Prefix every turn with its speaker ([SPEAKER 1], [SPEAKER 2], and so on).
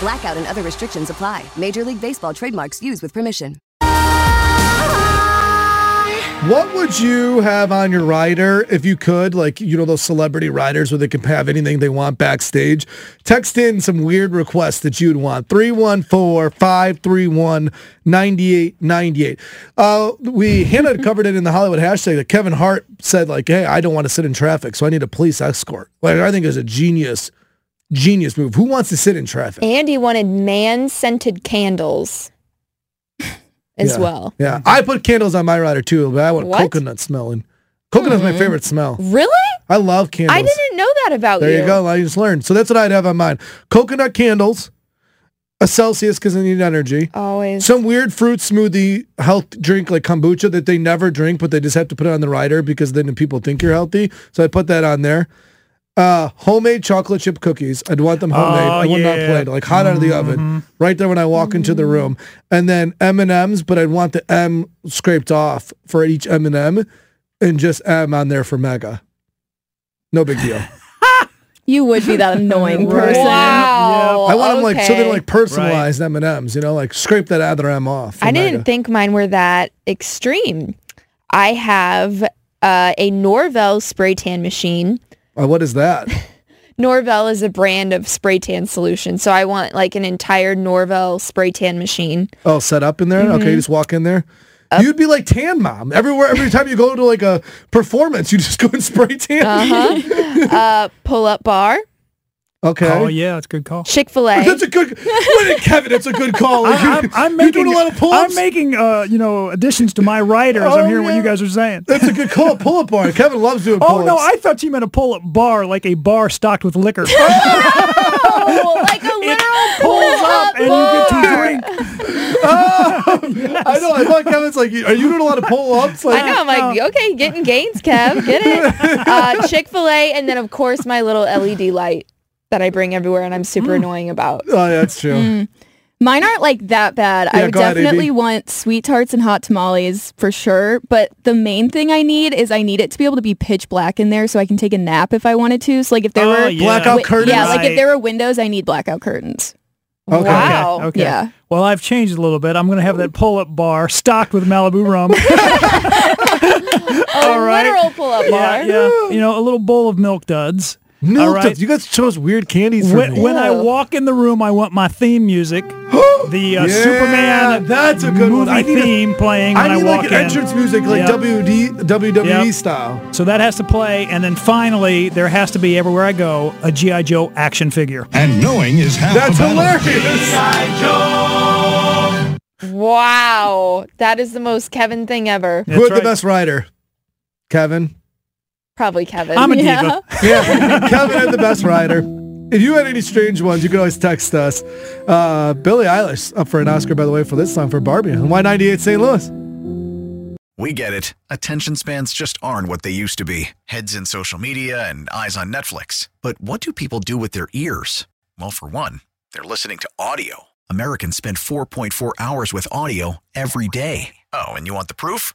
[SPEAKER 1] Blackout and other restrictions apply. Major League Baseball trademarks used with permission.
[SPEAKER 2] What would you have on your rider if you could? Like, you know, those celebrity riders where they can have anything they want backstage. Text in some weird requests that you'd want. 314-531-9898. Uh, we, Hannah had covered it in the Hollywood hashtag that Kevin Hart said like, hey, I don't want to sit in traffic, so I need a police escort. Like, I think is a genius, genius move. Who wants to sit in traffic?
[SPEAKER 3] Andy wanted man-scented candles as
[SPEAKER 2] Yeah.
[SPEAKER 3] well.
[SPEAKER 2] Yeah. I put candles on my rider too, but I want
[SPEAKER 3] What?
[SPEAKER 2] coconut smelling. Coconut's my favorite smell.
[SPEAKER 3] Really?
[SPEAKER 2] I love candles.
[SPEAKER 3] I didn't know that about
[SPEAKER 2] There you go. I just learned. So that's what I'd have on mine. Coconut candles, a Celsius because I need energy.
[SPEAKER 3] Always.
[SPEAKER 2] Some weird fruit smoothie health drink like kombucha that they never drink, but they just have to put it on the rider because then the people think you're healthy. So I put that on there. Uh, homemade chocolate chip cookies. I'd want them homemade.
[SPEAKER 4] Oh,
[SPEAKER 2] I would not
[SPEAKER 4] yeah. Mm-hmm.
[SPEAKER 2] play like hot out of the oven, right there when I walk into the room. And then M and M's, but I'd want the M scraped off for each M and M, and just M on there for mega. No big deal.
[SPEAKER 3] You would be that annoying person.
[SPEAKER 4] Wow.
[SPEAKER 2] I want them like so they're
[SPEAKER 3] okay.
[SPEAKER 2] like personalized M and M's. You know, like scrape that other M off. for
[SPEAKER 3] I didn't
[SPEAKER 2] Mega.
[SPEAKER 3] think mine were that extreme. I have uh, a Norvell spray tan machine.
[SPEAKER 2] Uh, what is that?
[SPEAKER 3] Norvell is a brand of spray tan solution, so I want like an entire Norvell spray tan machine.
[SPEAKER 2] Oh, set up in there.
[SPEAKER 3] Mm-hmm.
[SPEAKER 2] Okay, just walk in there. You'd be like tan mom everywhere. Every time you go to like a performance, you just go and spray tan.
[SPEAKER 3] Uh-huh. Uh, pull up bar,
[SPEAKER 2] Okay.
[SPEAKER 4] Oh yeah, that's a good call.
[SPEAKER 3] Chick Fil A.
[SPEAKER 2] That's a good. Wait, Kevin, that's a good call.
[SPEAKER 4] I, I'm, I'm
[SPEAKER 2] You're
[SPEAKER 4] making
[SPEAKER 2] doing a lot of pull-ups.
[SPEAKER 4] I'm making uh, you know additions to my writers.
[SPEAKER 2] Oh,
[SPEAKER 4] I'm hearing what
[SPEAKER 2] yeah. Oh,
[SPEAKER 4] you guys are saying.
[SPEAKER 2] that's a good call. Pull up bar. Kevin loves doing.
[SPEAKER 4] Oh no,
[SPEAKER 2] pull-ups.
[SPEAKER 4] I thought you meant a pull-up bar, like a bar stocked with liquor.
[SPEAKER 3] oh, like a literal
[SPEAKER 4] pulls up and you get to drink.
[SPEAKER 2] I know. I thought Kevin's like, are you doing a lot of pull ups? Like,
[SPEAKER 3] I know. I'm like, okay, getting gains, Kev. Get it. Uh, Chick Fil A, and then of course my little
[SPEAKER 5] E
[SPEAKER 3] LED light that I bring everywhere, and I'm super annoying about.
[SPEAKER 2] Oh, yeah, that's true.
[SPEAKER 3] Mm.
[SPEAKER 5] Mine aren't like that bad.
[SPEAKER 2] Yeah,
[SPEAKER 5] I would
[SPEAKER 2] go ahead,
[SPEAKER 5] definitely
[SPEAKER 2] AB.
[SPEAKER 5] want sweet tarts and hot tamales for sure. But the main thing I need is I need it to be able to be pitch black in there so I can take a nap if I wanted to. So like if there
[SPEAKER 4] Oh,
[SPEAKER 5] were
[SPEAKER 4] yeah.
[SPEAKER 2] Blackout
[SPEAKER 5] wi-
[SPEAKER 2] curtains?
[SPEAKER 5] yeah, like
[SPEAKER 4] Right.
[SPEAKER 5] if there were windows, I need blackout curtains.
[SPEAKER 2] Okay.
[SPEAKER 3] Wow.
[SPEAKER 4] Okay, okay.
[SPEAKER 5] Yeah.
[SPEAKER 4] Well, I've changed a little bit. I'm going to have that pull-up bar stocked with Malibu rum.
[SPEAKER 3] A
[SPEAKER 4] All right.
[SPEAKER 3] literal pull up
[SPEAKER 4] yeah,
[SPEAKER 3] bar.
[SPEAKER 4] yeah. You know, a little bowl of milk duds.
[SPEAKER 2] Milk
[SPEAKER 4] All right.
[SPEAKER 2] duds. You guys chose weird candies for
[SPEAKER 4] When,
[SPEAKER 2] me.
[SPEAKER 4] when I
[SPEAKER 3] Ew.
[SPEAKER 4] walk in the room, I want my theme music, the uh,
[SPEAKER 2] Yeah,
[SPEAKER 4] Superman
[SPEAKER 2] that's a good
[SPEAKER 4] movie
[SPEAKER 2] one. I need a-
[SPEAKER 4] theme playing when
[SPEAKER 2] I need
[SPEAKER 4] I walk
[SPEAKER 2] like an
[SPEAKER 4] in.
[SPEAKER 2] entrance music, like
[SPEAKER 4] Yep.
[SPEAKER 2] WD, WWE
[SPEAKER 4] Yep.
[SPEAKER 2] E style.
[SPEAKER 4] So that has to play, and then finally, there has to be everywhere I go a GI Joe action figure.
[SPEAKER 6] And knowing is half
[SPEAKER 2] That's
[SPEAKER 6] the battle.
[SPEAKER 2] hilarious.
[SPEAKER 3] Wow. That is the most Kevin thing ever.
[SPEAKER 4] That's
[SPEAKER 2] Who had the
[SPEAKER 4] right.
[SPEAKER 2] best rider? Kevin.
[SPEAKER 3] Probably Kevin.
[SPEAKER 4] I'm a
[SPEAKER 3] yeah.
[SPEAKER 4] diva.
[SPEAKER 2] Yeah, Kevin had the best rider. If you had any strange ones, you can always text us. Uh, Billie Eilish up for an Oscar, by the way, for this song for Barbie on Y98 St. Louis.
[SPEAKER 7] We get it. Attention spans just aren't what they used to be heads in social media and eyes on Netflix. But what do people do with their ears? Well, for one, they're listening to audio. Americans spend 4.4 hours with audio every day. Oh, and you want the proof?